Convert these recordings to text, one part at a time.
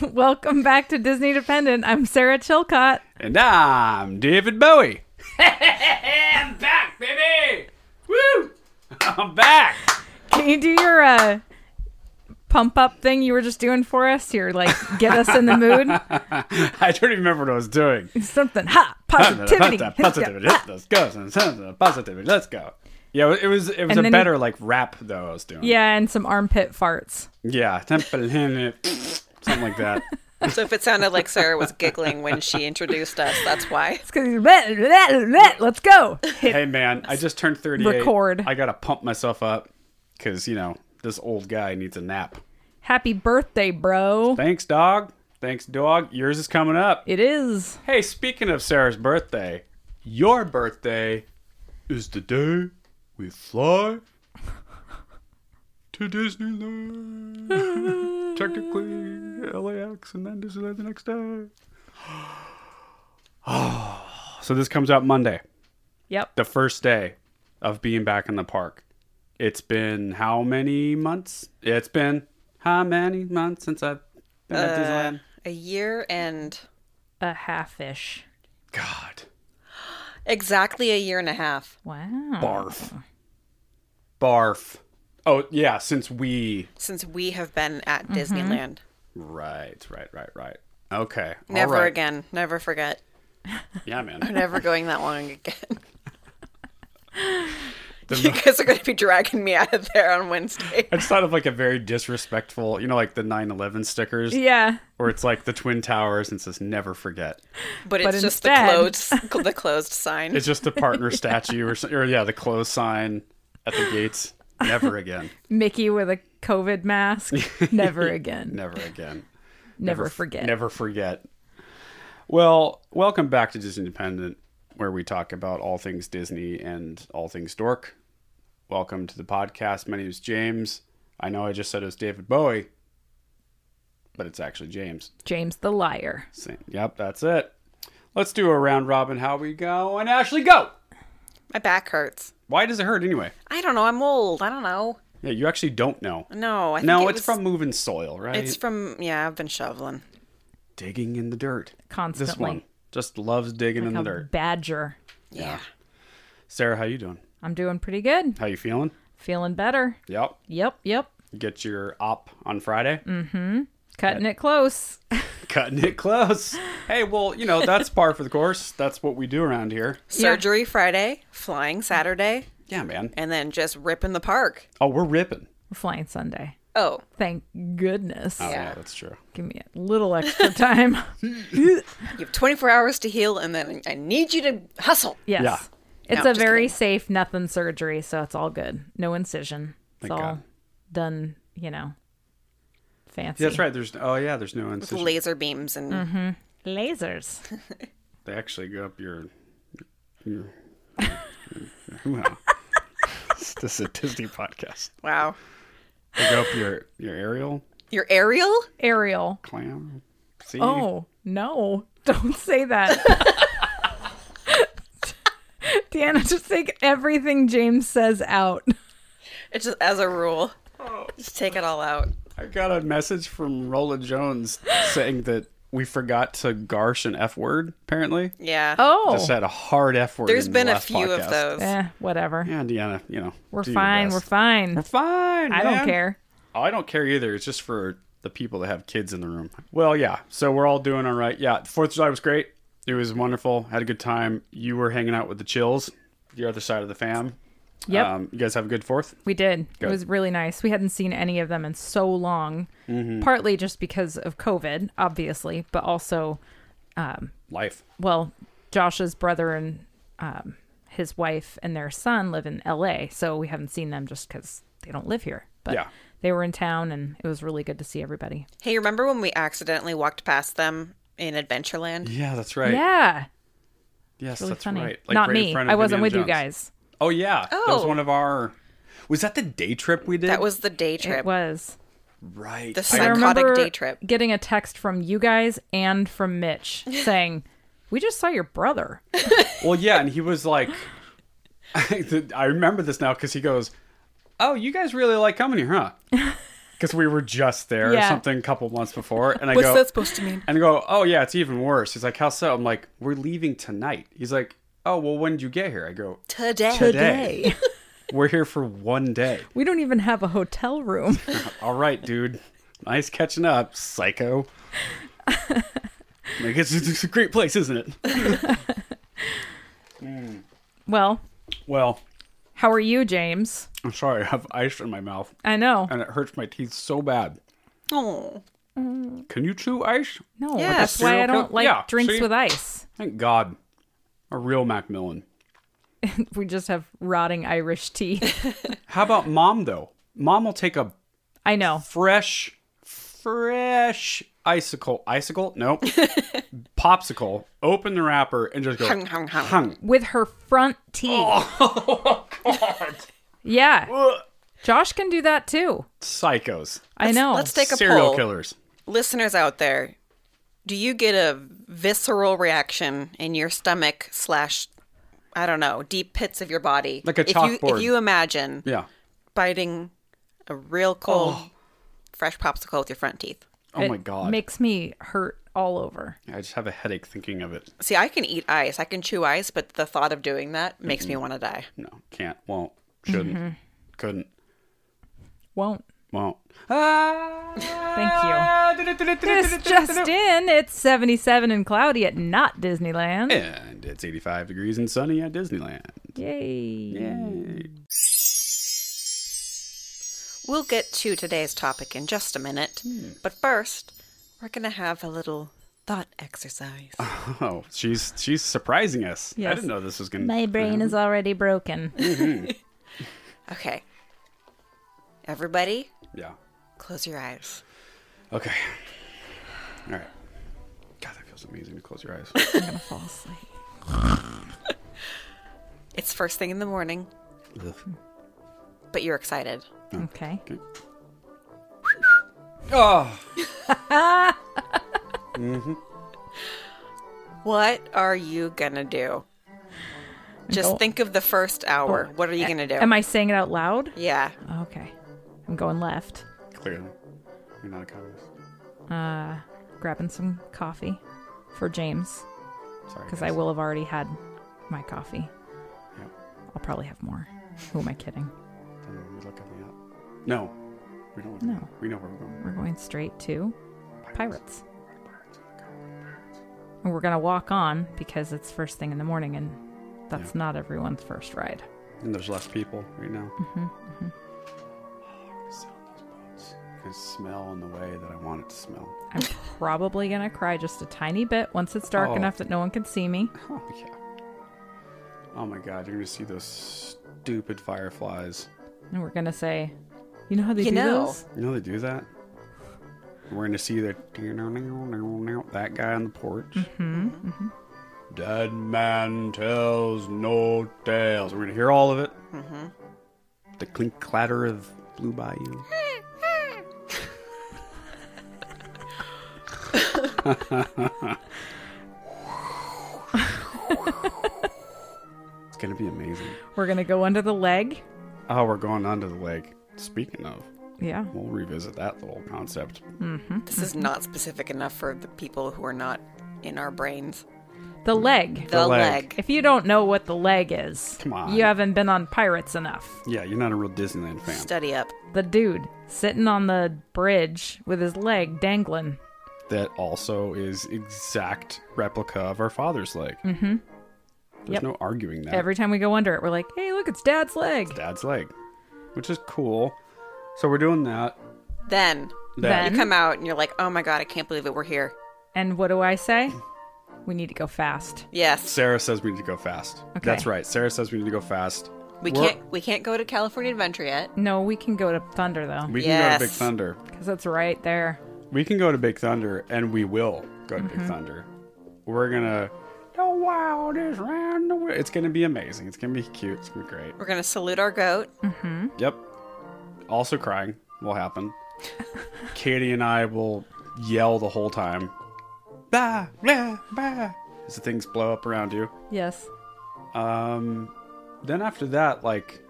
Welcome back to Disney Dependent. I'm Sarah Chilcott. And I'm David Bowie. I'm back, baby! Woo! I'm back! Can you do your uh, pump up thing you were just doing for us? Your like get us in the mood. I don't even remember what I was doing. Something ha positivity. Positivity. Let's go. Positivity. Let's go. Yeah, it was it was And a then better like rap though I was doing. Yeah, and some armpit farts. Yeah. Temple in it. Something like that. So if it sounded like Sarah was giggling when she introduced us, that's why. It's 'cause he's bleh, bleh, bleh. let's go. Hit hey man, I just turned 38. Record. I gotta pump myself up because you know this old guy needs a nap. happy birthday, bro. Thanks, dog. Thanks, dog. Yours is coming up. It is. Hey, speaking of Sarah's birthday, your birthday is the day we fly to Disneyland. Technically, LAX and then Disneyland the next day. Oh, so this comes out Monday, Yep. the first day of being back in the park. It's been how many months? It's been how many months since I've been at Disneyland? A year and A half ish. God. exactly a year and a half Wow. Barf. Barf. Oh yeah, since we since we have been at Disneyland. right, right, right, right. Okay. all Never right. again. Never forget. Yeah, man. Never going that long again. The- you guys are going to be dragging me out of there on Wednesday. I just thought of like a very disrespectful, you know, like the 9/11 stickers, Yeah. or it's like the Twin Towers and it says "Never forget." But it's just the instead- closed, the closed sign. It's just the partner statue or, so- or yeah, the close sign at the gates. Never again. Mickey with a COVID mask. Never again. Never again. never, forget. Never forget. Well, welcome back to Disney Independent, where we talk about all things Disney and all things dork. Welcome to the podcast. My name is James. I know I just said it was David Bowie, but it's actually James. James the liar. Same. Yep, that's it. Let's do a round robin. How we go? And Ashley, go. My back hurts. Why does it hurt anyway? I don't know. I'm old. I don't know. Yeah, you actually don't know. No, I think No, it it's was- from moving soil, right? It's from yeah. I've been shoveling. digging in the dirt. Constantly. This one just loves digging in the A dirt. badger. Yeah. Sarah, how you doing? I'm doing pretty good. How you feeling? Feeling better. Yep. Yep, yep. Get your op on Friday. Cutting it close. Cutting it close. Hey, well, you know, that's par for the course. That's what we do around here. Surgery Friday, flying Saturday, Yeah, man. and then just rip in the park. Oh, we're ripping. We're flying Sunday. Oh, Thank goodness. Oh, yeah, Hmm? Yeah. that's true. Give me a little extra time. You have 24 hours to heal, and then I need you to hustle. yes. Yeah. It's No, a just very safe nothing surgery, so it's all good. No incision. It's Thank all God. done, you know, fancy. Yeah, that's right. There's oh yeah, there's no incision. Laser beams and Mm-hmm. Lasers. They actually go up your your, your, your- wow. this is a Disney podcast. wow, They go up your your aerial your aerial. Ariel. clam. See? Oh, no. Don't say that. Deanna, just take everything James says out. It's just as a rule, Oh. just take it all out. I got a message from Roland Jones saying that we forgot to garsh an F word, apparently. Yeah. Oh. Just had a hard F word. There's in been the a last few podcast. of those. Eh, whatever. Yeah, Deanna, you know. We're do your fine. We're best. fine. We're fine. I don't man. care. I don't care either. It's just for the people that have kids in the room. Well, yeah. So we're all doing all right. Yeah. Fourth of July was great. It was wonderful. Had a good time. You were hanging out with the chills, your other side of the fam. Yep. Um, you guys have a good fourth? We did. Good. It was really nice. We hadn't seen any of them in so long, Mm-hmm. partly just because of COVID, obviously, but also, Life. well, Josh's brother and um, his wife and their son live in LA, so we haven't seen them just because they don't live here. But Yeah. they were in town, and it was really good to see everybody. Hey, remember when we accidentally walked past them in Adventureland? Yeah, that's right. Yeah, yes, really that's funny. right. Not right in me. front of I wasn't Indiana with you Jones. guys. Oh, yeah. That was Oh. one of our. Was that the day trip we did? That was the day It trip. was. right. The I- I psych- Psychotic remember day trip. getting a text from you guys and from Mitch saying, "We just saw your brother." Well, yeah, and he was like, I remember this now because he goes, "Oh, you guys really like coming here, huh?" because we were just there or Yeah. something a couple months before, and I What's go, that supposed to mean? and I go, oh yeah, it's even worse. He's like, how so? I'm like, we're leaving tonight. He's like, oh well, when did you get here? I go, Today. today. we're here for one day. We don't even have a hotel room. All right, dude. Nice catching up, psycho. like it's, it's a great place, isn't it? well, Well, how are you, James? I'm sorry, I have ice in my mouth I know. and it hurts my teeth so bad. Oh, Can you chew ice? No, Yeah, that's why I cereal don't cup? like Yeah, drinks see? with ice. Thank God. A real Macmillan. We just have rotting Irish tea. How about mom though? Mom will take a I know. fresh, fresh icicle. Icicle? Nope. Popsicle. Open the wrapper and just go Hung, hung, hung. With her front teeth. Oh, Yeah. Josh can do that too. Psychos. I know. let's take a Serial poll. killers. Listeners out there, do you get a visceral reaction in your stomach slash, I don't know, deep pits of your body? Like a if you, chalkboard. if you imagine Yeah. biting a real cold, fresh popsicle with your front teeth. Oh It my god. Makes me hurt all over. I just have a headache thinking of it. See, I can eat ice. I can chew ice, but the thought of doing that makes Mm-hmm. me want to die. No, can't, won't, shouldn't, Mm-hmm. couldn't, Won't. won't. Thank you. Ah, This just in, it's 77 and cloudy at not Disneyland. And it's 85 degrees and sunny at Disneyland. Yay. Mm. We'll get to today's topic in just a minute, Hmm. but first, we're going to have a little thought exercise. Oh, she's she's surprising us. I Yes. didn't know this was gonna. My brain is already broken. Okay. Everybody, Yeah. close your eyes. Okay. All right. God, that feels amazing to close your eyes. I'm going to fall asleep. It's first thing in the morning, Ugh. but you're excited. Okay. Okay. oh, What are you going to do? Just Go- think of the first hour. What are you going to do? Am I saying it out loud? yeah. Okay. I'm going left, clearly, you're not a communist. grabbing some coffee for James Sorry. because I guys. will have already had my coffee. Yeah. I'll probably have more. Who am I kidding? Don't we look at the app? No, we don't. Look No. we know where we're going. We're going straight to Pirates. And we're going to walk on because it's first thing in the morning and that's not everyone's first ride. And there's less people right now. Mm-hmm, I can smell in the way that I want it to smell. I'm probably going to cry just a tiny bit once it's dark Oh. enough that no one can see me. Oh, yeah. Oh my god, you're gonna see those stupid fireflies. And we're going to say, you know how they You do know. those? You know they do that? We're gonna see the that guy on the porch. Mm-hmm, Dead man tells no tales. We're gonna hear all of it. Mm-hmm. The clink clatter of Blue Bayou. it's gonna be amazing. We're going to go under the leg. Oh, we're going onto the lake. Speaking of, Yeah. we'll revisit that little concept. This is Mm-hmm. not specific enough for the people who are not in our brains. The leg. The, leg. leg. If you don't know what the leg is, Come on. you haven't been on Pirates enough. Yeah, you're not a real Disneyland fan. Study up. The dude sitting on the bridge with his leg dangling. that also is exact replica of our father's leg. Mm-hmm. There's Yep. no arguing that. Every time we go under it, we're like, hey, look, it's dad's leg. Dad's leg, which is cool. So we're doing that. Then That- Then- you come out and you're like, oh my God, I can't believe it. We're here. And what do I say? We need to go fast. Yes. Sarah says we need to go fast. Okay. That's right. Sarah says we need to go fast. We We're- can't we can't go to California Adventure yet. No, we can go to Thunder, though, We can go to Big Yes. Thunder. because it's right there. We can go to Big Thunder, and we will go to Mm-hmm. Big Thunder. We're gonna. The wild is round the world. It's gonna be amazing. It's gonna be cute. It's gonna be great. We're gonna salute our goat. Yep. Also crying will happen. Katie and I will yell the whole time. Bah, blah, bah. As the things blow up around you. Yes. Um, then after that, like,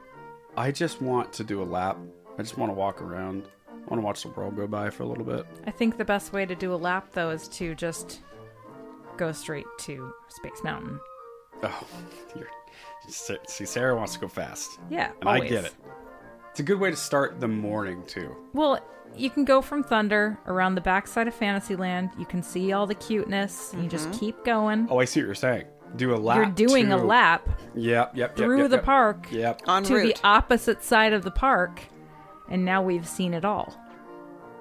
I just want to do a lap. I just want to walk around. I want to watch the world go by for a little bit. I think the best way to do a lap though is to just go straight to Space Mountain. Oh, you're, see, Sarah wants to go fast. Yeah, And I get always. it. It's a good way to start the morning, too. Well, you can go from Thunder around the backside of Fantasyland. You can see all the cuteness. You just keep going. Oh, I see what you're saying. Do a lap. You're doing a to- lap Yep, yep, yep. through yep, the yep. park Yep. En Mm, to route. the opposite side of the park, and now we've seen it all.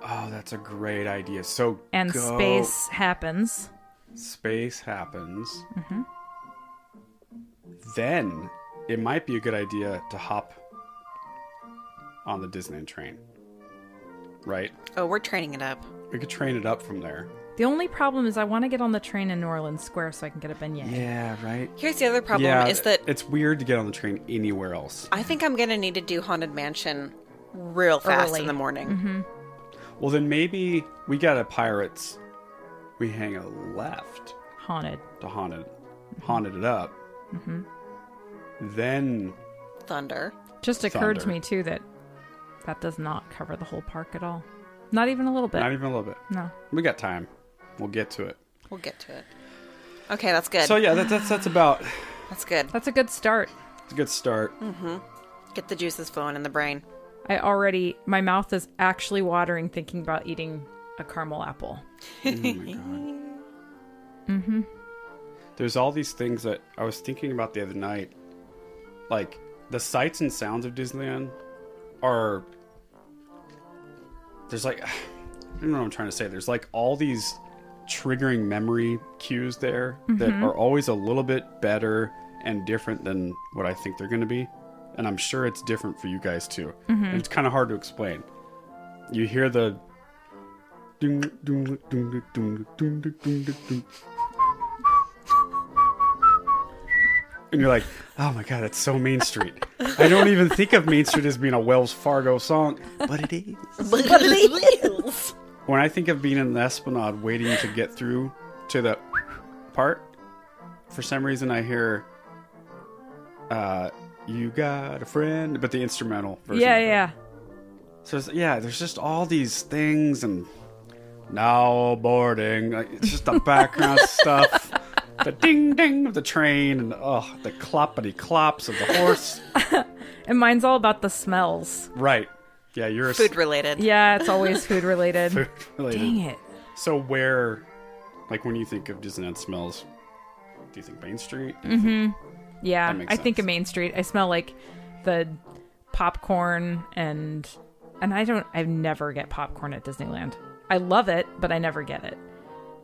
Oh, that's a great idea. So And go- space happens. space happens. Then it might be a good idea to hop on the Disneyland train. Right? oh, we're training it up. We could train it up from there. The only problem is I want to get on the train in New Orleans Square so I can get a beignet. Yeah, right. Here's the other problem yeah, is that it's weird to get on the train anywhere else. I think I'm going to need to do Haunted Mansion real fast Early. Mm-hmm. in the morning. Well, then maybe we got a pirates. We hang a left Haunted. to haunted, haunted it up. Then Thunder. Just occurred to Thunder. me too that that does not cover the whole park at all. Not even a little bit. not even a little bit. no. We got time. We'll get to it. We'll get to it. Okay, that's good. So yeah, that, that's that's about. that's good. That's a good start. It's a good start. Get the juices flowing in the brain. I already my mouth is actually watering thinking about eating a caramel apple. There's all these things that I was thinking about the other night. Like the sights and sounds of Disneyland are there's like I don't know what I'm trying to say. There's like all these triggering memory cues there that are always a little bit better and different than what I think they're going to be. And I'm sure it's different for you guys too. And it's kind of hard to explain. You hear the ding, ding, ding, ding, ding, ding, ding, ding. and you're like, oh my god, that's so Main Street. I don't even think of Main Street as being a Wells Fargo song, but it is when I think of being in the Esplanade waiting to get through to the part, for some reason I hear uh you got a friend but the instrumental version. yeah, of it. yeah. So it's, yeah, there's just all these things and now boarding. Like, it's just the background stuff. The ding ding of the train and oh the cloppity clops of the horse. And mine's all about the smells. right. Yeah, you're a Food related. Yeah, it's always food related. related. Dang it. So where, like when you think of Disneyland smells, do you think Main Street? Mm-hmm. Yeah, That makes I think of sense. Main Street. I smell like the popcorn and and I don't I never get popcorn at Disneyland. I love it, but I never get it.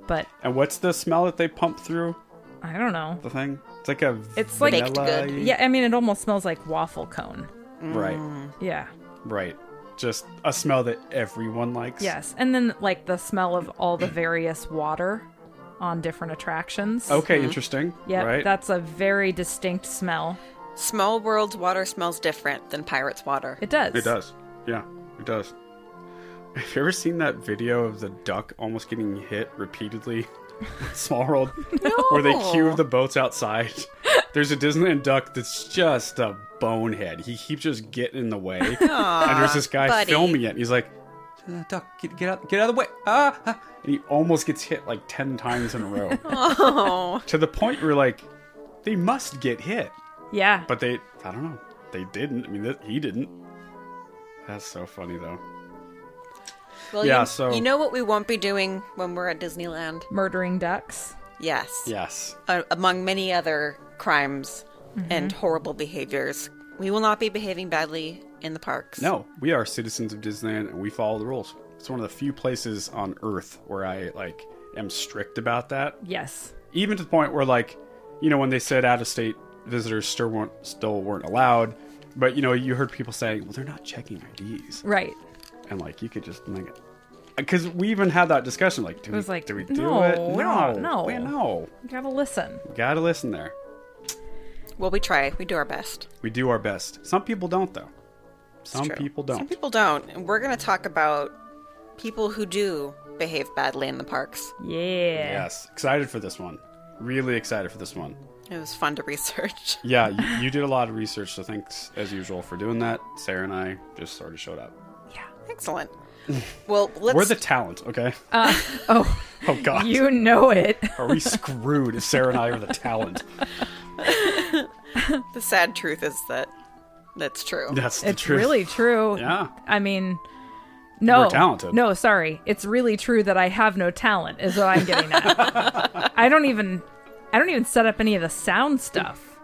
But And what's the smell that they pump through I don't know. the thing? It's like a It's like- Baked good. vanilla-y- Yeah, I mean it almost smells like waffle cone. right, Yeah. right. Just a smell that everyone likes. Yes. And then like the smell of all the various water on different attractions. Okay, interesting. Mm-hmm. Yeah, Oh, right. that's a very distinct smell. Small World's water smells different than Pirates' water. It does. It does. Yeah, it does. Have you ever seen that video of the duck almost getting hit repeatedly? with Small World, where they cue the boats outside. There's a Disneyland duck that's just a bonehead. He keeps just getting in the way, and there's this guy buddy. filming it. And he's like, "Uh, "Duck, get, get out, get out of the way!" Ah, ah." and he almost gets hit like ten times in a row, Oh, to the point where like they must get hit. Yeah. But they, I don't know, they didn't. I mean, th- he didn't. That's so funny though. well, Yeah, You, so- you know what we won't be doing when we're at Disneyland? Murdering ducks. Yes. Yes. Uh, among many other crimes Mm-hmm. and horrible behaviors, we will not be behaving badly in the parks. No, we are citizens of Disneyland and we follow the rules. It's one of the few places on Earth where I like am strict about that. Yes. Even to the point where like, you know, when they said out of state visitors still weren't still weren't allowed, but you know, you heard people saying, "Well, they're not checking IDs," Right. and like you could just like, because we even had that discussion. Like, do we, was like, do we do no, it? we're not- no. we- no. You gotta listen. Gotta listen there. Well, we try. We do our best. We do our best. Some people don't, though. Some true. people don't. Some people don't. And we're going to talk about people who do behave badly in the parks. Yeah. yes, excited for this one. Really excited for this one. It was fun to research. Yeah, you, you did a lot of research, so thanks as usual for doing that. Sarah and I just sort of showed up. Yeah. Excellent. Well, let's. We're the talent, okay? Oh, oh God, you know it. are we screwed if Sarah and I are the talent? the sad truth is that that's true. That's the It's truth. really true. Yeah. I mean, no. We're talented. No, sorry. It's really true that I have no talent is what I'm getting at. I don't even I don't even set up any of the sound stuff.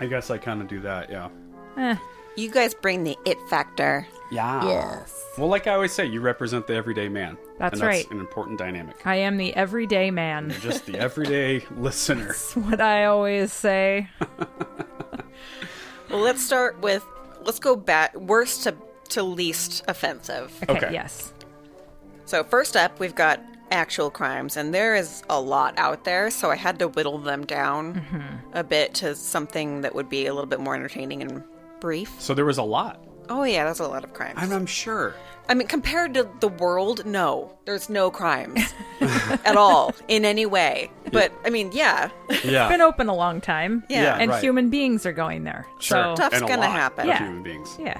I guess I kind of do that. Yeah. You guys bring the it factor. Yeah. Yes. Well, like I always say, you represent the everyday man. That's and right. That's an important dynamic. I am the everyday man. Just the everyday listener. That's what I always say. Well, let's start with let's go back worst to to least offensive. Okay, Okay. yes. So first up, we've got actual crimes, and there is a lot out there. So I had to whittle them down Mm-hmm. a bit to something that would be a little bit more entertaining and brief. So there was a lot. Oh yeah, that's a lot of crimes. I'm, I'm sure. I mean, compared to the world, no, there's no crimes at all in any way. But I mean, yeah, Yeah. Been open a long time. Yeah. And right. human beings are going there. Sure. So Stuff's and a gonna lot happen. Of Yeah. Human beings. yeah.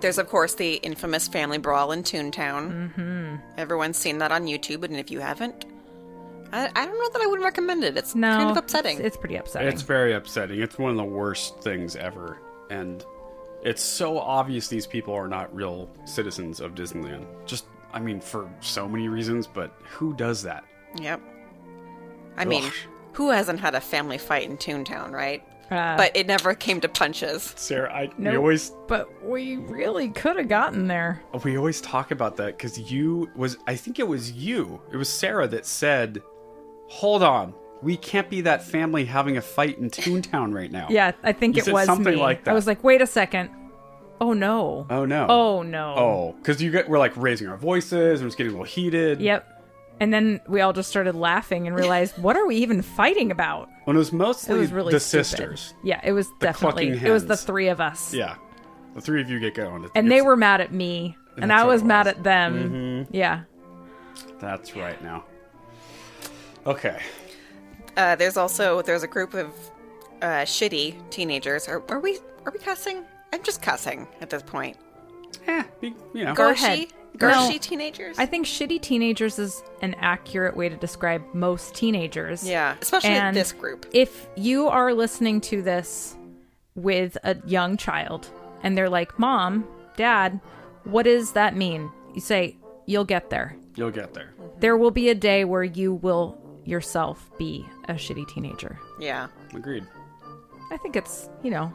There's, of course, the infamous family brawl in Toontown. Mm-hmm. Everyone's seen that on YouTube, and if you haven't, I, I don't know that I would recommend it. It's No. kind of upsetting. It's, it's pretty upsetting. It's very upsetting. It's one of the worst things ever. And it's so obvious these people are not real citizens of Disneyland. Just, I mean, for so many reasons, but who does that? yep. I mean, Ugh. who hasn't had a family fight in Toontown, right? Uh, but it never came to punches. Sarah, I, Nope. we always but we really could have gotten there. we always talk about that because you was I think it was you, it was Sarah that said, "Hold on, we can't be that family having a fight in Toontown right now." Yeah, I think You it said was something me. like that. I was like, wait a second. Oh no. Oh no. Oh no. Oh, because you get we're like raising our voices and it's getting a little heated. Yep. And then we all just started laughing and realized, what are we even fighting about? When it was It mostly was really the stupid. sisters. Yeah, it was definitely clucking it was the hens. three of us. Yeah, the three of you get going, And they were mad at me, and That's I what was it mad was. Mm-hmm. at them. Yeah. That's right now. Okay. Uh, there's also there's a group of uh, shitty teenagers. Are, are we are we cussing? I'm just cussing at this point. Eh, be- you know. Go Gershi, ahead. Gershi No. teenagers. I think shitty teenagers is an accurate way to describe most teenagers. yeah, especially And this group. If you are listening to this with a young child and they're like, Mom, Dad, what does that mean? You say, You'll get there. You'll get there. There will be a day where you will yourself be a shitty teenager. Yeah. Agreed. I think it's, you know,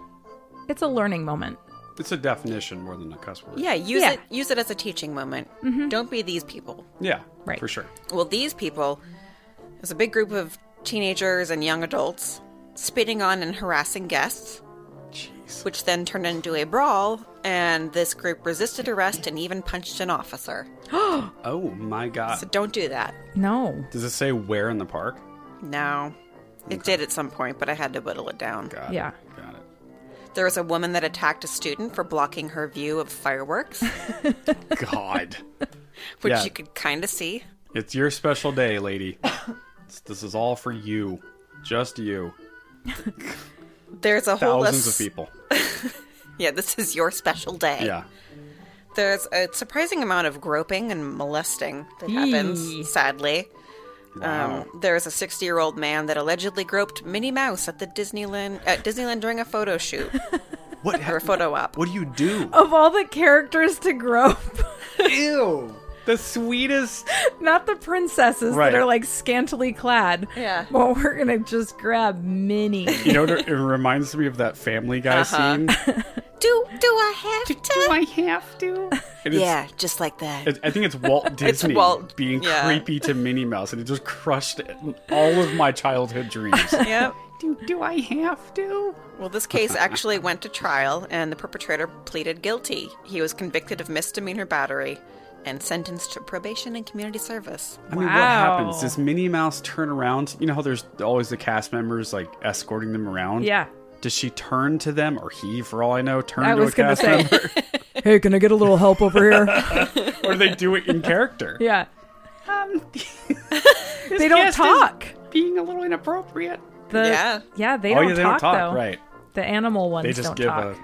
it's a learning moment. It's a definition more than a cuss word. Yeah, Mm-hmm. use Yeah. it use it as a teaching moment. Don't be these people. Yeah. Right. For sure. Well, these people there's a big group of teenagers and young adults spitting on and harassing guests, Jeez. which then turned into a brawl, and this group resisted arrest and even punched an officer. Oh my God. So don't do that. No. Does it say where in the park? No. It did at some point, but I had to whittle it down. Got it. Yeah. Got it. There was a woman that attacked a student for blocking her view of fireworks, God. which Yeah. you could kind of see. it's your special day, lady. It's- this is all for you. Just you. There's a whole Thousands ass- of people. Yeah, this is your special day. Yeah. There's a surprising amount of groping and molesting that Yee. happens, sadly. Wow. Um, there's a 60 year old man that allegedly groped Minnie Mouse at the Disneyland at Disneyland during a photo shoot what? or a hap- photo op. What do you do? Of all the characters to grope, Ew. The sweetest. not the princesses Right. that are like scantily clad. Yeah. Well, we're going to just grab Minnie. You know, what it it reminds me of that Family Guy scene. Do do I have to? Uh-huh. I have to? And it's, Yeah, just like that. it- I think it's Walt Disney Walt, being yeah. creepy to Minnie Mouse, and it just crushed all of my childhood dreams. Yep. do, do I have to? Well, this case actually went to trial, and the perpetrator pleaded guilty. He was convicted of misdemeanor battery and sentenced to probation and community service. I mean, what Wow. happens? Does Minnie Mouse turn around? You know how there's always the cast members like escorting them around? yeah. Does she turn to them, or he, for all I know, turn I to a was going to cast say, member? hey, can I get a little help over here? or they do it in character? yeah. they don't guest Um, is- talk. Being a little inappropriate. The, Yeah. Yeah, they, oh, don't, yeah, they talk, don't talk, though. right. The animal ones They just don't give talk. a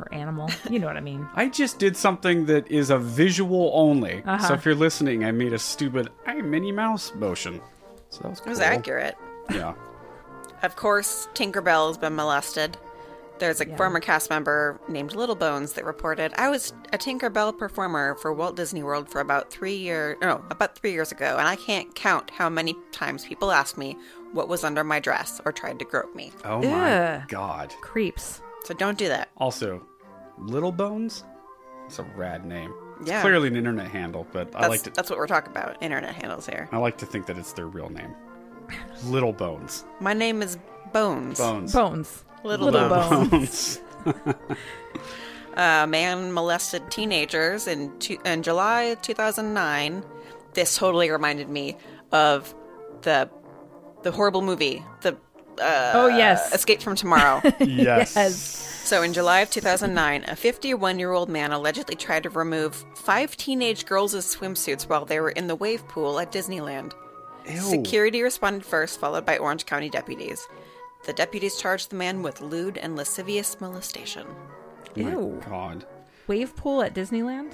or animal. You know what I mean. I just did something that is a visual only. Uh-huh. So if you're listening, I made a stupid I Minnie Mouse motion. So that was It cool. was accurate. Yeah. Of course, Tinkerbell has been molested. There's a former cast member named Little Bones that reported, "I was a Tinkerbell performer for Walt Disney World for about 3 year no, about 3 years ago, and I can't count how many times people asked me what was under my dress or tried to grope me." Oh my Ew. god. Creeps. So don't do that. Also, Little Bones? It's a rad name. It's Yeah. clearly an internet handle, but I That's, like to that's what we're talking about. Internet handles here. I like to think that it's their real name. Little Bones. My name is Bones. Bones. Bones. Little bones. Bones. Uh, A man molested teenagers in two, in July 2009. This totally reminded me of the the horrible movie, the uh, oh yes. Escape from Tomorrow. yes. so in July of 2009, a 51-year-old man allegedly tried to remove five teenage girls' swimsuits while they were in the wave pool at Disneyland. Ew. Security responded first, followed by Orange County deputies. The deputies charged the man with lewd and lascivious molestation. Oh my Ew. god. Wave pool at Disneyland?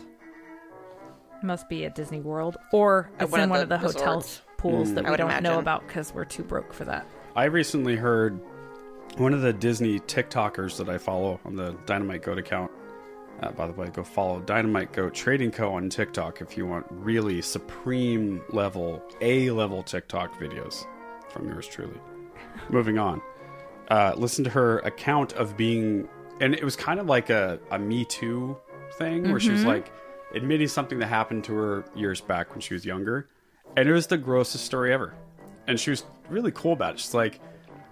Must be at Disney World or At it's one in of one the of the hotel resorts. pools Mm. that I we would don't know imagine. about because we're too broke for that. I recently heard one of the Disney TikTokers that I follow on the Dynamite Goat account. Uh, by the way, go follow Dynamite Goat Trading Co on TikTok if you want really supreme level, A level TikTok videos from yours truly. Moving on. Uh, listen to her account of being, and it was kind of like a, a Me Too thing where she was like admitting something that happened to her years back when she was younger. And it was the grossest story ever. And she was really cool about it. She's like,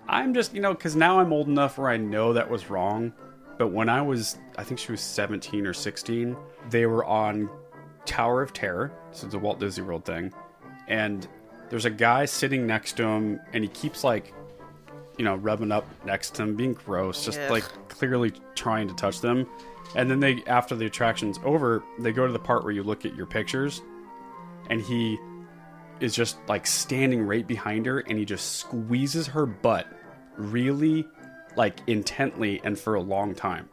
I'm just, you know, because now I'm old enough where I know that was wrong. But when I was, I think she was 17 or 16, they were on Tower of Terror. So it's a Walt Disney World thing. And there's a guy sitting next to him, and he keeps like, you know, rubbing up next to him, being gross, just Ugh. like clearly trying to touch them. And then they, after the attraction's over, they go to the part where you look at your pictures, and he is just like standing right behind her and he just squeezes her butt really like intently and for a long time.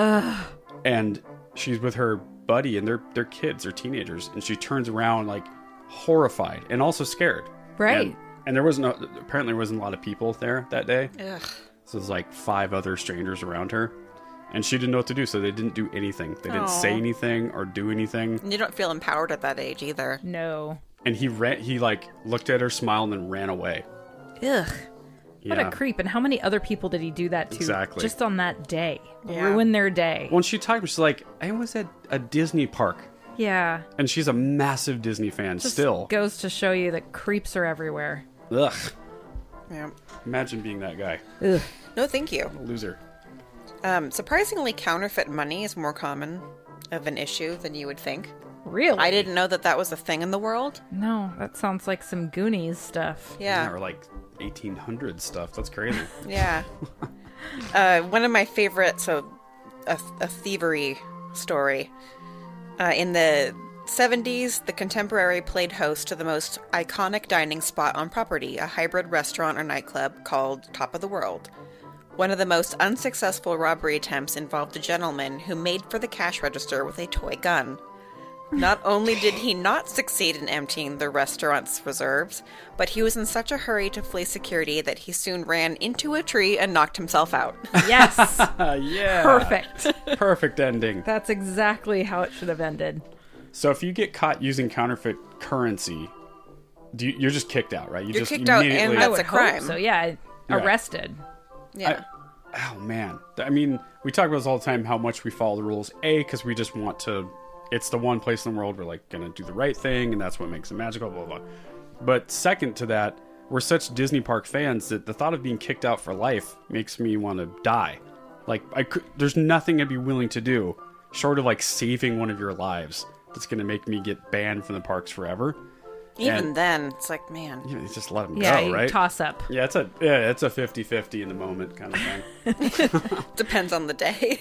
Ugh. And she's with her buddy and they're they're kids, they're teenagers, and she turns around like horrified and also scared. Right. And, and there wasn't a- apparently there wasn't a lot of people there that day. Ugh. So there's like five other strangers around her. And she didn't know what to do, so they didn't do anything. They didn't say Aw. anything or do anything. You don't feel empowered at that age either. No. And he ran he like looked at her, smiled, and then ran away. Ugh. What Yeah. a creep. And how many other people did he do that to Exactly. just on that day? Yeah. Ruin their day. when she talked, she's like, I was at a Disney park. yeah. And she's a massive Disney fan Just still. goes to show you that creeps are everywhere. Ugh. Yeah. Imagine being that guy. Ugh. No, thank you. A loser. Um, surprisingly, counterfeit money is more common of an issue than you would think. Really? I didn't know that that was a thing in the world. No, that sounds like some Goonies stuff. Yeah. Or like 1800 stuff. That's crazy. Yeah. uh, one of my favorite, so a, a thievery story. Uh, in the 70s, the contemporary played host to the most iconic dining spot on property, a hybrid restaurant or nightclub called Top of the World. One of the most unsuccessful robbery attempts involved a gentleman who made for the cash register with a toy gun. Not only did he not succeed in emptying the restaurant's reserves, but he was in such a hurry to flee security that he soon ran into a tree and knocked himself out. Yes. Uh, yeah. Perfect. Perfect ending. That's exactly how it should have ended. So if you get caught using counterfeit currency, do you, you're just kicked out, right? You You're just kicked out and immediately. I That's would a crime. hope so. Yeah, Right. arrested. yeah. I- oh man. Th- I mean, we talk about this all the time. How much we follow the rules. A, because we just want to. It's the one place in the world we're like gonna do the right thing, and that's what makes it magical. Blah blah. blah. But second to that, we're such Disney park fans that the thought of being kicked out for life makes me want to die. Like I could, there's nothing I'd be willing to do short of like saving one of your lives. That's gonna make me get banned from the parks forever. Even And- then, it's like, man. You know, just let them Yeah, go, you right? toss up. yeah, it's a yeah, it's a 50-50 in the moment kind of thing. Depends on the day.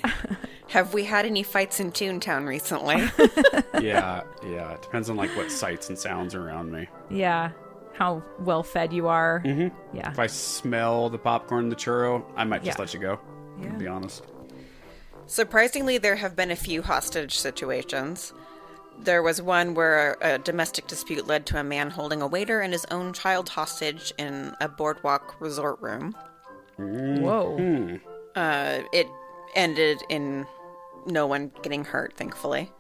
Have we had any fights in Toontown recently? yeah, yeah. It depends on like what sights and sounds are around me. Yeah, how well fed you are. Mm-hmm. Yeah. If I smell the popcorn, and the churro, I might just Yeah. let you go. To Yeah. be honest. Surprisingly, there have been a few hostage situations. There was one where a domestic dispute led to a man holding a waiter and his own child hostage in a boardwalk resort room. Whoa. Mm-hmm. Uh, it ended in no one getting hurt, thankfully.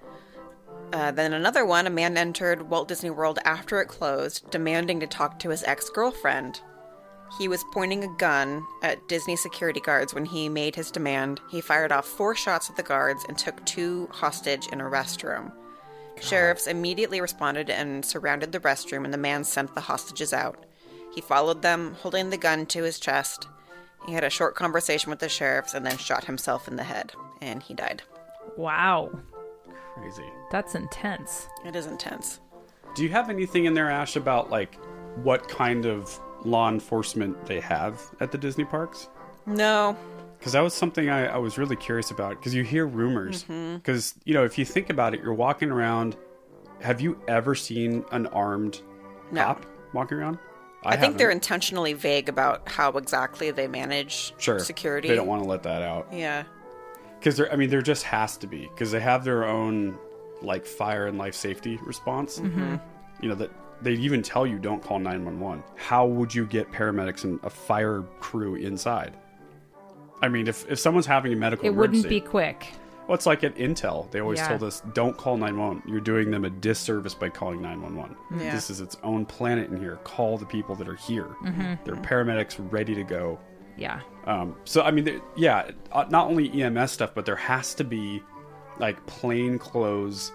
Uh, then another one, a man entered Walt Disney World after it closed, demanding to talk to his ex girlfriend. He was pointing a gun at Disney security guards when he made his demand. He fired off four shots at the guards and took two hostage in a restroom. Sheriffs immediately responded and surrounded the restroom, and the man sent the hostages out. He followed them, holding the gun to his chest. He had a short conversation with the sheriffs and then shot himself in the head, and he died. Wow. Crazy. That's intense. It is intense. Do you have anything in there, Ash, about like what kind of law enforcement they have at the Disney parks? No, Because that was something I, I was really curious about. Because you hear rumors. Mm-hmm. Because you know, if you think about it, you're walking around. Have you ever seen an armed No. cop walking around? I, think they're haven't. intentionally vague about how exactly they manage sure security. They don't want to let that out. Yeah. Because there, I mean, there just has to be. Because they have their own like fire and life safety response. Mm-hmm. You know that they even tell you don't call nine one one. How would you get paramedics and a fire crew inside? I mean, if, if someone's having a medical It emergency, wouldn't be quick. Well, it's like at Intel. They always Yeah. told us, don't call 911. You're doing them a disservice by calling 911. Yeah. This is its own planet in here. Call the people that are here. Mm-hmm. They're paramedics ready to go. Yeah. Um, so, I mean, there- yeah, uh, not only EMS stuff, but there has to be like plain clothes,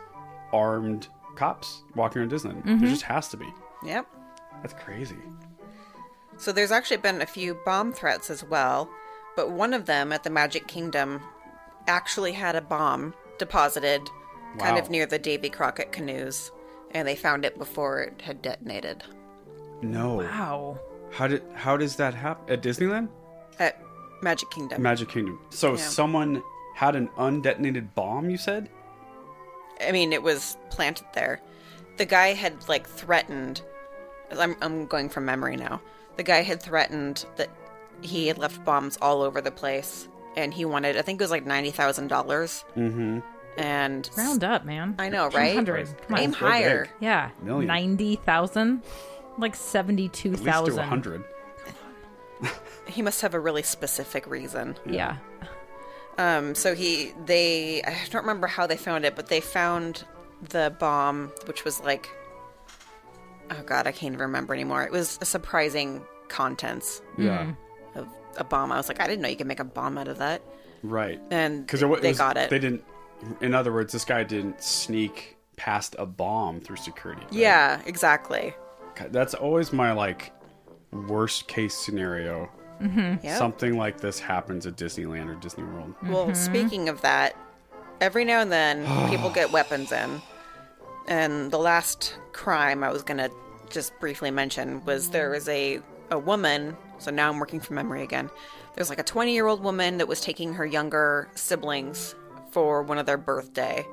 armed cops walking around Disneyland. Mm-hmm. There just has to be. Yep. That's crazy. So there's actually been a few bomb threats as well, but one of them at the Magic Kingdom actually had a bomb deposited kind Wow. of near the Davy Crockett canoes, and they found it before it had detonated No. Wow. How did how does that happen at Disneyland? at Magic Kingdom. Magic Kingdom. So someone had an undetonated bomb, you said? I mean, it was planted there. The guy had like threatened. I'm I'm going from memory now. The guy had threatened that he had left bombs all over the place, and he wanted. I think it was like ninety thousand dollars. Mm-hmm. And s- Round up, man. I know, right? 100. Come Aim on. so higher. big. Yeah. Million. 90,000? Like At least to 72,000. 100. He must have a really specific reason. Yeah. Um, so he they I don't remember how they found it, but they found the bomb, which was like oh god, I can't even remember anymore. It was a surprising contents. Mm-hmm. Yeah. of a bomb. I was like, I didn't know you could make a bomb out of that. Right. And Because was they got it. They didn't. In other words, this guy didn't sneak past a bomb through security. right? yeah, exactly. God, That's always my like worst case scenario. Mm-hmm. Yep. Mm-hmm. Something like this happens at Disneyland or Disney World. Well, speaking of that, every now and then people get weapons in. And the last crime I was going to just briefly mention was there was a, a woman. So now I'm working from memory again. There's like a 20 year old woman that was taking her younger siblings for one of their birthday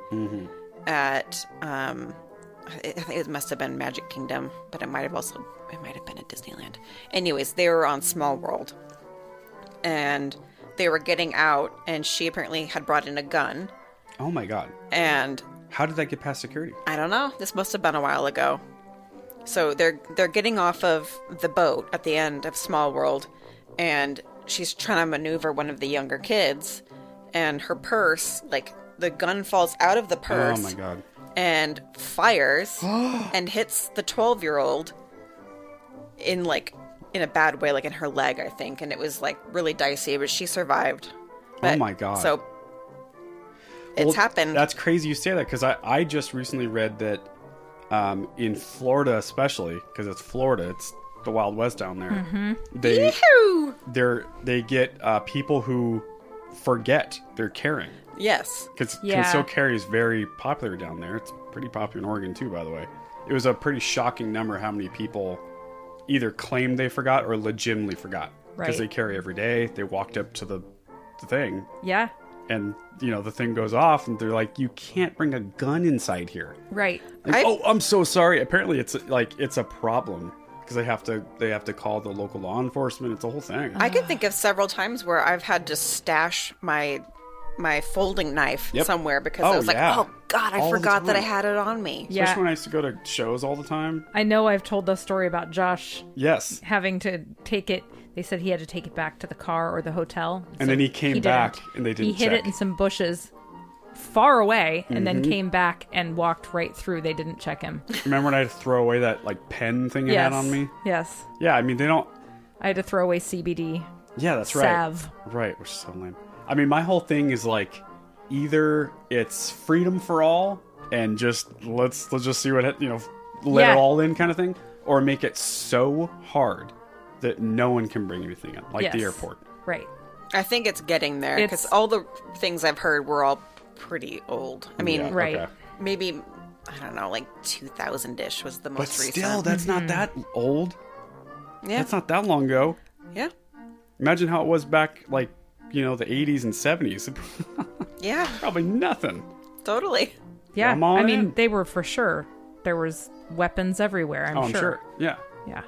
at, um, I I think it must have been Magic Kingdom, but it might have also, it might have been at Disneyland. Anyways, they were on Small World and they were getting out and she apparently had brought in a gun Oh my god! and How did that get past security? i don't know this must have been a while ago so they're they're getting off of the boat at the end of small world and she's trying to maneuver one of the younger kids and her purse like the gun falls out of the purse Oh my god! and fires and hits the 12 year old in like in a bad way like in her leg i think and it was like really dicey but she survived But- Oh my God. so it's Well, happened That's crazy you say that because I, I just recently read that um, in Florida, especially because it's Florida, it's the Wild West down there. Mm-hmm. They they're, they get uh, people who forget they're carrying yes because Yeah. conceal carry is very popular down there. It's pretty popular in Oregon too, by the way. It was a pretty shocking number how many people either claimed they forgot or legitimately forgot because Right. they carry every day. They walked up to the, the thing Yeah. and you know the thing goes off and they're like you can't bring a gun inside here Right. Like, I've- oh i'm so sorry apparently it's like it's a problem because they have to they have to call the local law enforcement it's a whole thing i can think of several times where i've had to stash my my folding knife Yep. somewhere because Oh, I was like, yeah. oh god, I All the forgot that I time. had it on me. Yeah. Especially when I used to go to shows all the time. I know I've told the story about Josh Yes. having to take it. They said he had to take it back to the car or the hotel. And then he came back and they He didn't hid check. it Mm-hmm. in some bushes far away and then came back and walked right through. They didn't check him. Remember when I had to throw away that like pen thing I yes. had on me? Yes. Yeah, I mean they don't. I had to throw away CBD. Yeah, that's right. Salve. Right, which is so lame. I mean, my whole thing is like, either it's freedom for all and just let's let's just see what it- you know, let Yeah. it all in kind of thing, or make it so hard that no one can bring anything in, like the Yes. airport. Right. I think it's getting there because It's- all the things I've heard were all pretty old. I mean, Yeah, right. okay. maybe I don't know, like 2000 ish was the most But recent. still, that's Mm-hmm. not that old. yeah, That's not that long ago. yeah, Imagine how it was back, like you know, the '80s and '70s. yeah, Probably nothing. totally. Yeah. Come on I mean, in. they were for sure. There was weapons everywhere. I'm, Oh, sure. Yeah. Yeah.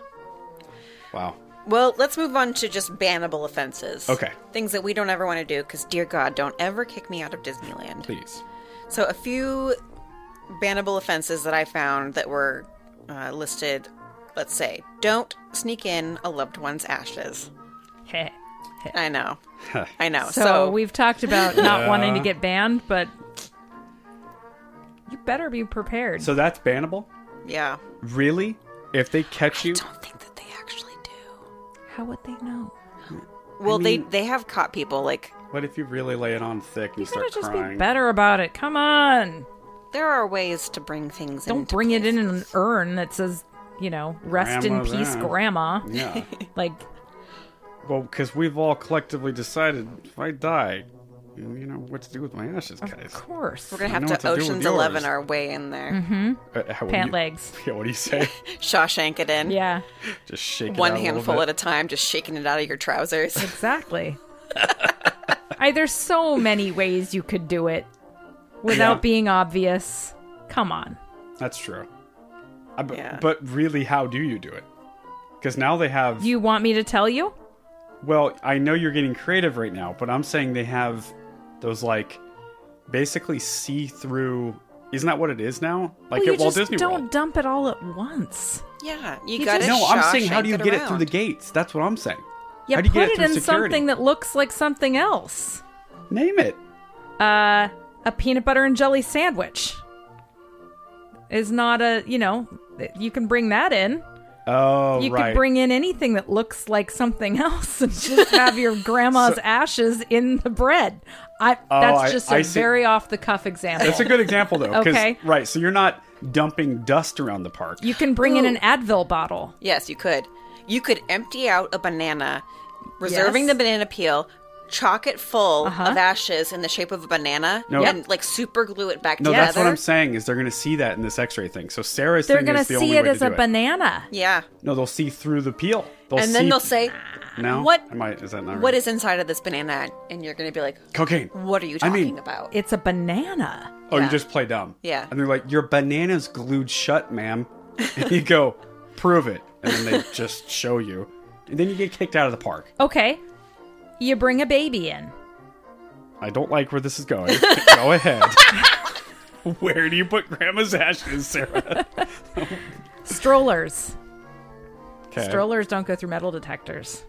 Wow. Well, let's move on to just bannable offenses. Okay. Things that we don't ever want to do because, dear God, don't ever kick me out of Disneyland. Please. So, a few bannable offenses that I found that were uh, listed let's say, don't sneak in a loved one's ashes. Heh. I know. I know. So, we've talked about not wanting to get banned, but you better be prepared. So that's bannable. yeah. Really? If they catch you, don't think that they actually do. How would they know? Well, they they have caught people like what if you really lay it on thick and you You gotta start just crying? be better about it. Come on. there are ways to bring things. Don't into bring it in place. an urn that says, you know, rest Grandma's in peace, urn. grandma. yeah. Like, Well, because we've all collectively decided if I die, you know what to do with my ashes, guys. of course. We're gonna I know have what to, to do with Ocean's yours. Eleven our way in there, Uh, how- what do Pant you- legs. Yeah. What do you say? Shawshank it in. Yeah, just shake One it out a little handful bit. at a time, just shaking it out of your trousers. exactly. I, there's so many ways you could do it without Yeah. being obvious. Come on. That's true. I- but, Yeah. but really, how do you do it? Because now they have. You want me to tell you? Well, I know you're getting creative right now, but I'm saying they have those like basically see-through. Isn't that what it is now? Like well, you at Walt just Disney don't World. dump it all at once. yeah, you, You got to just- No, I'm saying how do you it get it through around. the gates? That's what I'm saying. You how do you put get it it, through in security? something that looks like something else. Name it. uh, a peanut butter and jelly sandwich is not a you know you can bring that in Oh, you right. could bring in anything that looks like something else and just have your grandma's ashes in the bread i Oh, I- that's just a I see. very off the cuff example That's a good example though. 'cause- Okay. Right. So you're not dumping dust around the park. you can bring in an Ooh. advil bottle Yes, you could. You could empty out a banana, reserving Yes. the banana peel, chalk it full Uh-huh. of ashes in the shape of a banana, No. and like super glue it back no, together. that's what I'm saying is they're going to see that in this X-ray thing. So Sarah's they're thing gonna is the only see it way as to a do banana Yeah, It. No, they'll see through the peel. They'll and then see- they'll say, "No, what- Am I, is that not "What right? is inside of this banana?" And you're gonna be like, cocaine?" "What are you I talking mean- about?" it's a banana Oh, you Yeah. just play dumb. Yeah. And they're like, your banana's glued shut, ma'am. And you go, prove it. And then they just show you. And then you get kicked out of the park. okay you bring a baby in I don't like where this is going. go ahead. where do you put grandma's ashes, Sarah? strollers Okay. strollers don't go through metal detectors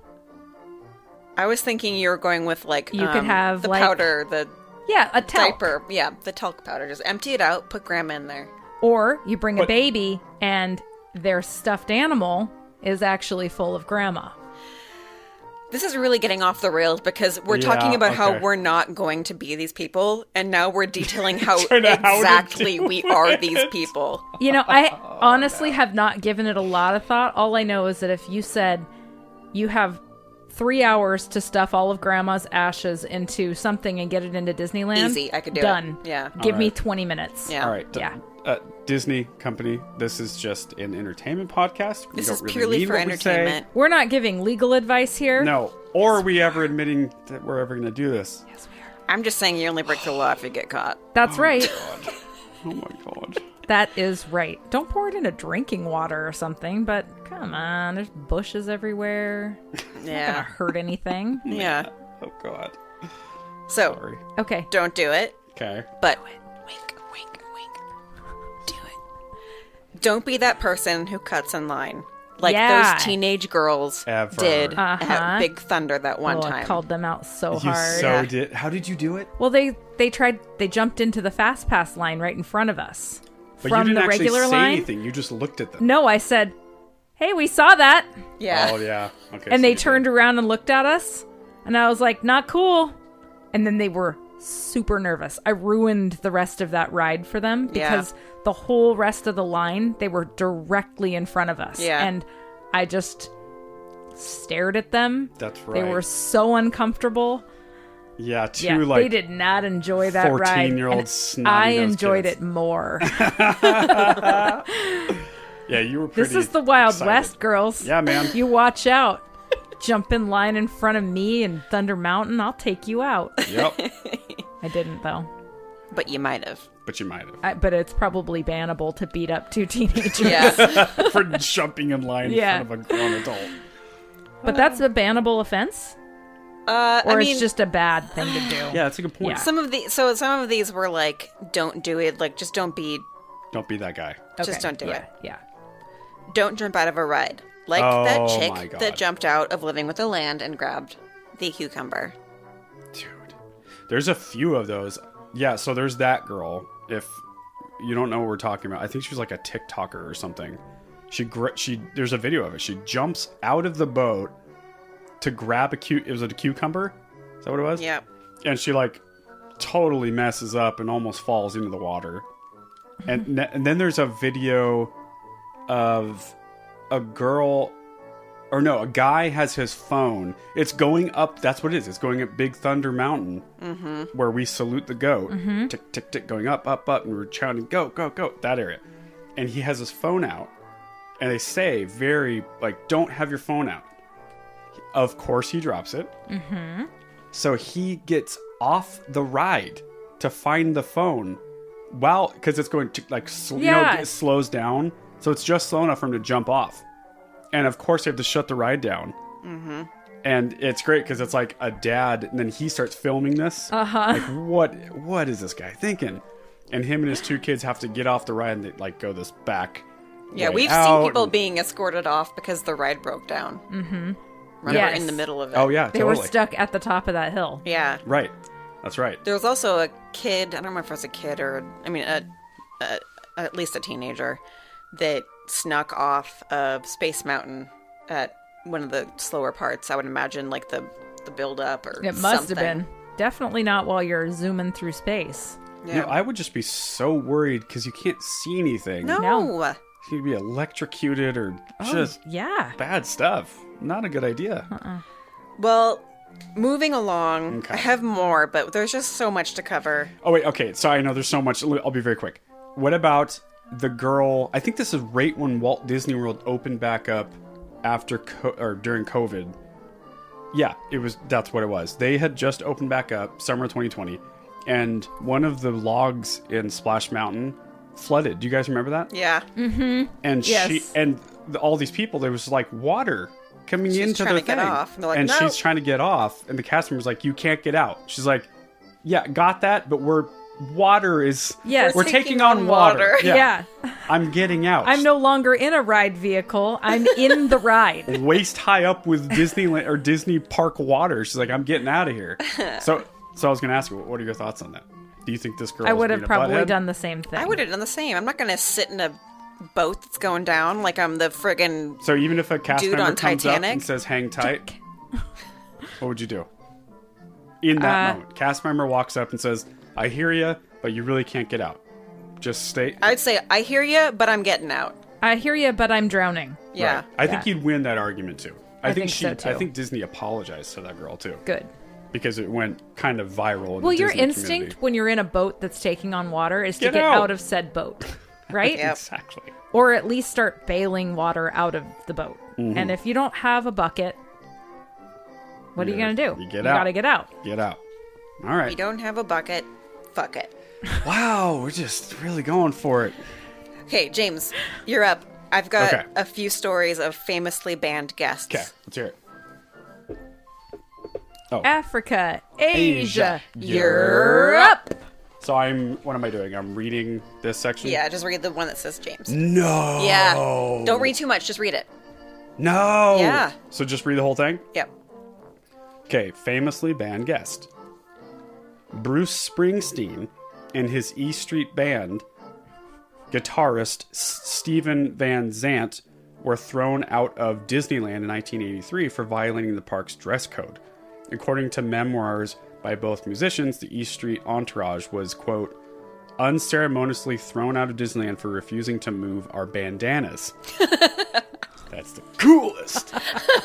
I was thinking you were going with like You could um, have, the like, powder, the yeah a talc. diaper, yeah, the talc powder. Just empty it out, put grandma in there. Or you bring a But- baby and their stuffed animal is actually full of grandma. This is really getting off the rails because we're Yeah, talking about how okay. we're not going to be these people, and now we're detailing how Trying to how to exactly do we are these people. You know, I honestly have not given it a lot of thought. All I know is that if you said you have three hours to stuff all of grandma's ashes into something and get it into Disneyland, Easy, I could do it. done. Yeah. Give me Alright. 20 minutes. Yeah. All right. d- Yeah. Uh, Disney company. This is just an entertainment podcast. We This don't is really purely mean for what we say. entertainment. We're not giving legal advice here. No. Or are we ever admitting that we're ever going to do this? I'm just saying you only break the law if you get caught. That's right. Oh my god. That is right. Don't pour it into drinking water or something, but come on, there's bushes everywhere. Not Yeah. gonna hurt anything. Yeah. Oh god. So Sorry. Okay. don't do it. Okay. But wink, wink, wink. Do it. Don't be that person who cuts in line. Like Yeah. those teenage girls Ever. did Uh-huh. at Big Thunder that one Oh, I time. called them out so You hard. so Yeah. did. How did you do it? well, they they tried they jumped into the fast pass line right in front of us But from you didn't the actually regular say line. anything. You just looked at them. No, I said, "Hey, we saw that," yeah. Oh yeah. Okay. so and you they did. turned around and looked at us, and I was like, "Not cool." And then they were super nervous. I ruined the rest of that ride for them Yeah. because the whole rest of the line they were directly in front of us, Yeah. and I just stared at them. That's They right. were so uncomfortable. Yeah. Two yeah, like they did not enjoy that ride. 14-year-old and I snotty-nosed enjoyed kids. it more. Yeah, you were pretty. this is the Wild excited. West, girls. Yeah, man. You watch out. Jump in line in front of me and Thunder Mountain. I'll take you out. Yep. I didn't though. But you might have. But you might have I, but it's probably bannable to beat up two teenagers. Yeah. Uh, for jumping in line Yeah. in front of a grown adult. But that's a bannable offense, uh, or I mean, it's just a bad thing to do. Yeah, that's a good point. Yeah. some of the so some of these were like, don't do it. Like, just don't be. Don't be that guy. Just don't do yeah, it. Yeah. Don't jump out of a ride. Like Oh, that my God. chick that jumped out of Living with the Land and grabbed the cucumber. Dude, there's a few of those. Yeah, so there's that girl. If you don't know what we're talking about, I think she's like a TikToker or something. She gr- she there's a video of it. She jumps out of the boat to grab a cute. Was it a cucumber? Is that what it was? Yeah. And she like totally messes up and almost falls into the water. And ne- and then there's a video of a girl or no, a guy has his phone. It's going up. That's what it is. It's going up Big Thunder Mountain, where we salute the goat. Tick tick tick, going up, up, up, and we're shouting, "Go, go, go!" That area, and he has his phone out, and they say very like, "Don't have your phone out." Of course, he drops it. Mm-hmm. So he gets off the ride to find the phone, while because it's going tick, like sl- you Yeah. know, it slows down, so it's just slow enough for him to jump off and of course they have to shut the ride down. And it's great because it's like a dad, and then he starts filming this. Uh huh. Uh-huh. Like what? What is this guy thinking? And him and his two kids have to get off the ride and they like go this back. Yeah, way we've out. seen people being escorted off because the ride broke down. Mm-hmm. Remember, Yes. in the middle of it. Oh yeah, They totally. were stuck at the top of that hill. Yeah. Right. That's right. There was also a kid. I don't remember if it was a kid or, I mean, a, a, at least a teenager that snuck off of Space Mountain at one of the slower parts. I would imagine, like the the build up or It must something. have been definitely not while you're zooming through space. You know, I would just be so worried because you can't see anything. No. No. You'd be electrocuted or Oh. just Yeah. bad stuff. Not a good idea. Well, moving along, Okay. I have more, but there's just so much to cover. Oh wait, okay. Sorry, I know there's so much. L- I'll be very quick. What about the girl? I think this is right when Walt Disney World opened back up after co- or during COVID. Yeah, it was. That's what it was. They had just opened back up summer 2020, and one of the logs in Splash Mountain flooded. Do you guys remember that? Yeah. And she Yes. and th- all these people, there was like water coming into trying their to get thing, off, and they're like, and "No." she's trying to get off, and the cast member's like, "You can't get out." She's like, "Yeah, got that, but we're water is Yes. we're We're taking, taking on, on water. water. Yeah. I'm getting out. I'm no longer in a ride vehicle. I'm in the ride. waist high up with Disneyland or Disney Park water. She's like, "I'm getting out of here." so, so I was gonna ask you, what are your thoughts on that? Do you think this girl? I is would have being a probably butthead? done the same thing. I would have done the same. I'm not going to sit in a boat that's going down like I'm the friggin' So even if a cast Dude member on comes up and Titanic? says "hang tight," what would you do? In that Uh, moment, cast member walks up and says, "I hear you, but you really can't get out. Just Uh, stay." I'd say I hear you, but I'm getting out. I hear you, but I'm drowning. Yeah. Right. I think you'd win that argument too. I, think, think she. so, too. I think Disney apologized to that girl too Good. because it went kind of viral. In Well, the your Disney instinct community. when you're in a boat that's taking on water is to Get get out. out. of said boat, right? Yep. exactly. Or at least start bailing water out of the boat. Mm-hmm. And if you don't have a bucket, what are you Yeah, going to do? you get out. got to get out. Get out. All We right. don't have a bucket. Fuck it. Wow, we're just really going for it. Okay, James, you're up. I've got Okay. a few stories of famously banned guests. Okay, let's hear it. Oh. Africa, Asia, Asia, Europe. So I'm. What am I doing? I'm reading this section. Yeah, just read the one that says James. No. Yeah. Don't read too much, just read it. No. Yeah. So just read the whole thing. Yep. Okay, famously band guest. Bruce Springsteen and his E Street Band, guitarist S- Stephen Van Zant, were thrown out of Disneyland in 1983 for violating the park's dress code. According to memoirs by both musicians, the E Street entourage was, quote, unceremoniously thrown out of Disneyland for refusing to move our bandanas. That's the coolest.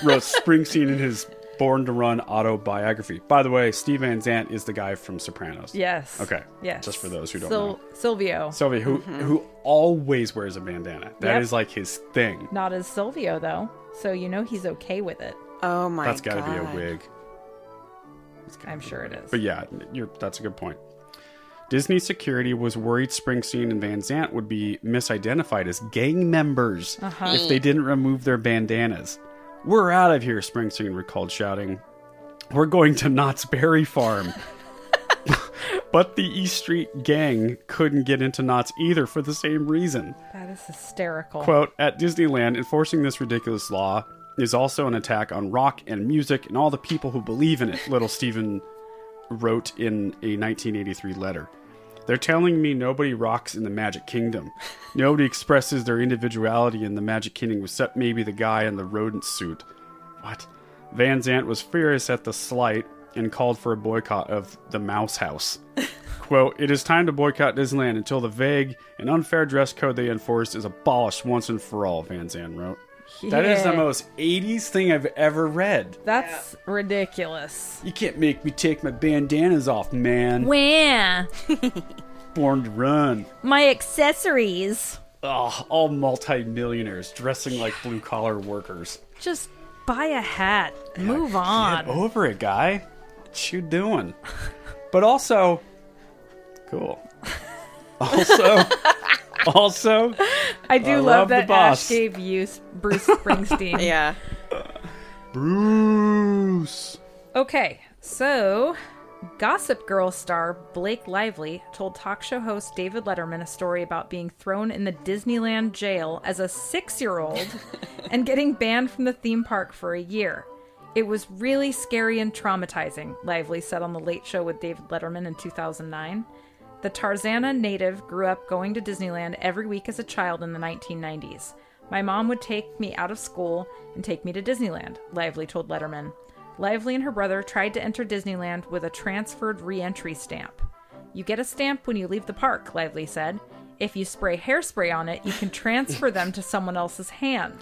Wrote Springsteen in his Born to Run autobiography. By the way, Steve Van Zandt is the guy from Sopranos. Yes. Okay. Yes. Just for those who don't Sil- know. Silvio. Sylvia, who who always wears a bandana. That is Yep. like his thing. Not as Silvio though, so you know he's okay with it. Oh my That's god. got to be a wig. I'm sure it is. But yeah, you're, that's a good point. Disney security was worried Springsteen and Van Zant would be misidentified as gang members if they didn't remove their bandanas. We're out of here, Springsteen recalled, shouting, We're going to Knott's Berry Farm. but the East Street gang couldn't get into Knott's either for the same reason That is hysterical. quote at disneyland enforcing this ridiculous law is also an attack on rock and music and all the people who believe in it little stephen wrote in a 1983 letter they're telling me nobody rocks in the magic kingdom nobody expresses their individuality in the magic kingdom except maybe the guy in the rodent suit what van zant was furious at the slight and called for a boycott of the mouse house Quote, it is time to boycott Disneyland until the vague and unfair dress code they enforced is abolished once and for all, Van Zandt wrote. That is the Yeah. most 80s thing I've ever read. That's ridiculous. You can't make me take my bandanas off, man. Wah! Born to run. My accessories. Ugh, all multimillionaires dressing like blue collar workers. Just buy a hat. Move on. Get over it, guy. What you doing? But also, cool. Also, also, I do I love, love the that boss. Ash gave you s- Bruce Springsteen. Yeah. Bruce. Okay, so Gossip Girl star Blake Lively told talk show host David Letterman a story about being thrown in the Disneyland jail as a six year old and getting banned from the theme park for a year. It was really scary and traumatizing, Lively said on The Late Show with David Letterman in 2009. The Tarzana native grew up going to Disneyland every week as a child in the 1990s. My mom would take me out of school and take me to Disneyland, Lively told Letterman. Lively and her brother tried to enter Disneyland with a transferred re entry stamp. You get a stamp when you leave the park, Lively said. If you spray hairspray on it, you can transfer them to someone else's hand.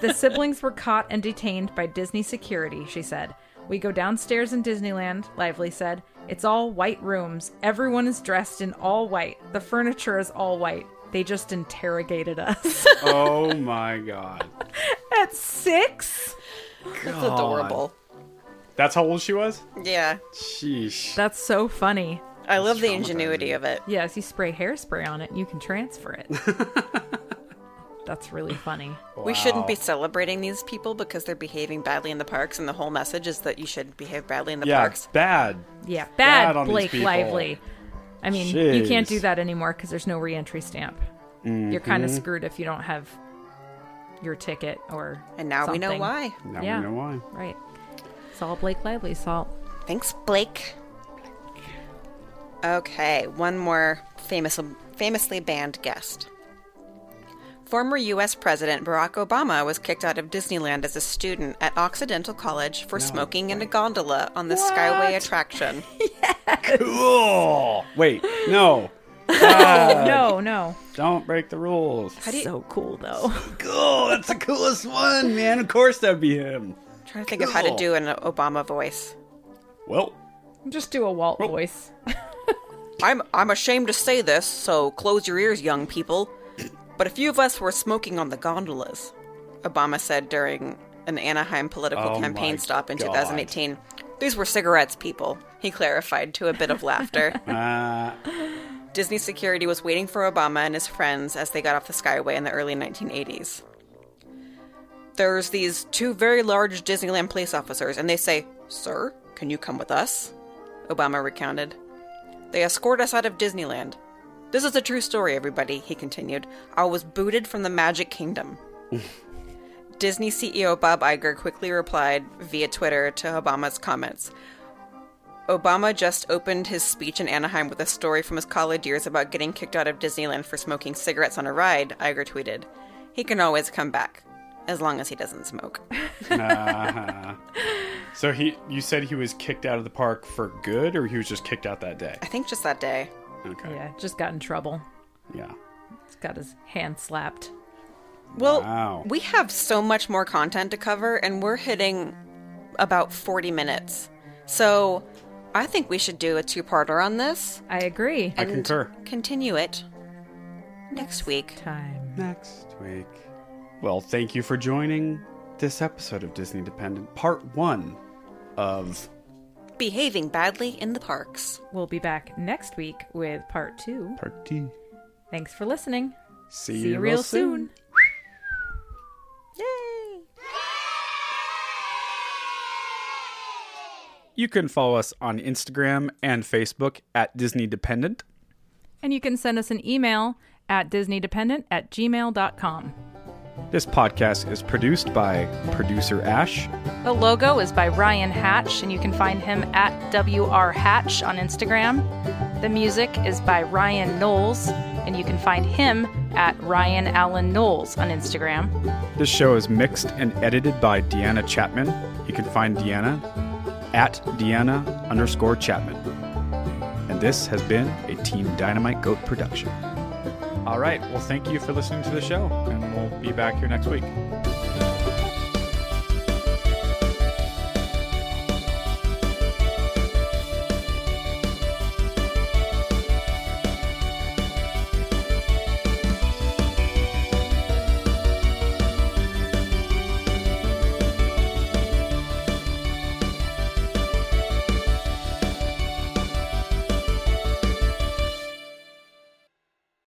The siblings were caught and detained by Disney security, she said. We go downstairs in Disneyland, Lively said. It's all white rooms. Everyone is dressed in all white. The furniture is all white. They just interrogated us. Oh my god. At six? That's adorable. That's how old she was? Yeah. Sheesh. That's so funny. I love the ingenuity of it. Yeah, if you spray hairspray on it, you can transfer it. That's really funny. We shouldn't be celebrating these people because they're behaving badly in the parks, and the whole message is that you should behave badly in the yeah, parks. bad. Yeah, Bad bad, on these Blake people. Lively. I mean, you can't Jeez. do that anymore because there's no re-entry stamp. You're kind of Mm-hmm. screwed if you don't have your ticket or. And now we know something. why. Now Yeah. we know why. Right. It's all Blake Lively's fault. Thanks, Blake. Okay, one more famous, famously banned guest. Former U.S. President Barack Obama was kicked out of Disneyland as a student at Occidental College for smoking in a gondola on the Skyway attraction. Cool. Wait, no. Uh, no, no. Don't break the rules. so cool though. Cool. That's the coolest one, man. Of course that'd be him. trying to think of how to Cool. do an Obama voice. Well, Just do a Oh. Walt voice. I'm I'm ashamed to say this, so close your ears, young people. But a few of us were smoking on the gondolas, Obama said during an Anaheim political Oh my campaign stop in God. 2018. These were cigarettes, people, he clarified to a bit of laughter. uh, Disney security was waiting for Obama and his friends as they got off the Skyway in the early 1980s. There's these two very large Disneyland police officers, and they say, Sir? Can you come with us? Obama recounted. They escort us out of Disneyland. This is a true story, everybody, he continued. I was booted from the Magic Kingdom. Disney CEO Bob Iger quickly replied via Twitter to Obama's comments. Obama just opened his speech in Anaheim with a story from his college years about getting kicked out of Disneyland for smoking cigarettes on a ride, Iger tweeted. He can always come back, as long as he doesn't smoke. So he, you said he was kicked out of the park for good, or he was just kicked out that day? I think just that day. Okay. Yeah, just got in trouble. Yeah. Just got his hand slapped. Well, Wow. we have so much more content to cover, and we're hitting about 40 minutes. So I think we should do a two parter on this I agree. I concur. continue it next week. Time. Next week. Well, thank you for joining this episode of Disney Dependent, part one of Behaving badly in the parks. We'll be back next week with part two. part two. Thanks for listening. See, See you real soon. Yay! You can follow us on Instagram and Facebook at Disney Dependent. And you can send us an email at disneydependent at gmail.com. This podcast is produced by producer Ash. The logo is by Ryan Hatch, and you can find him at WR Hatch on Instagram. The music is by Ryan Knowles, and you can find him at Ryan Allen Knowles on Instagram. This show is mixed and edited by Deanna Chapman. You can find Deanna at Deanna underscore Chapman. And this has been a Team Dynamite Goat production. All right. Well, thank you for listening to the show, and we'll be back here next week.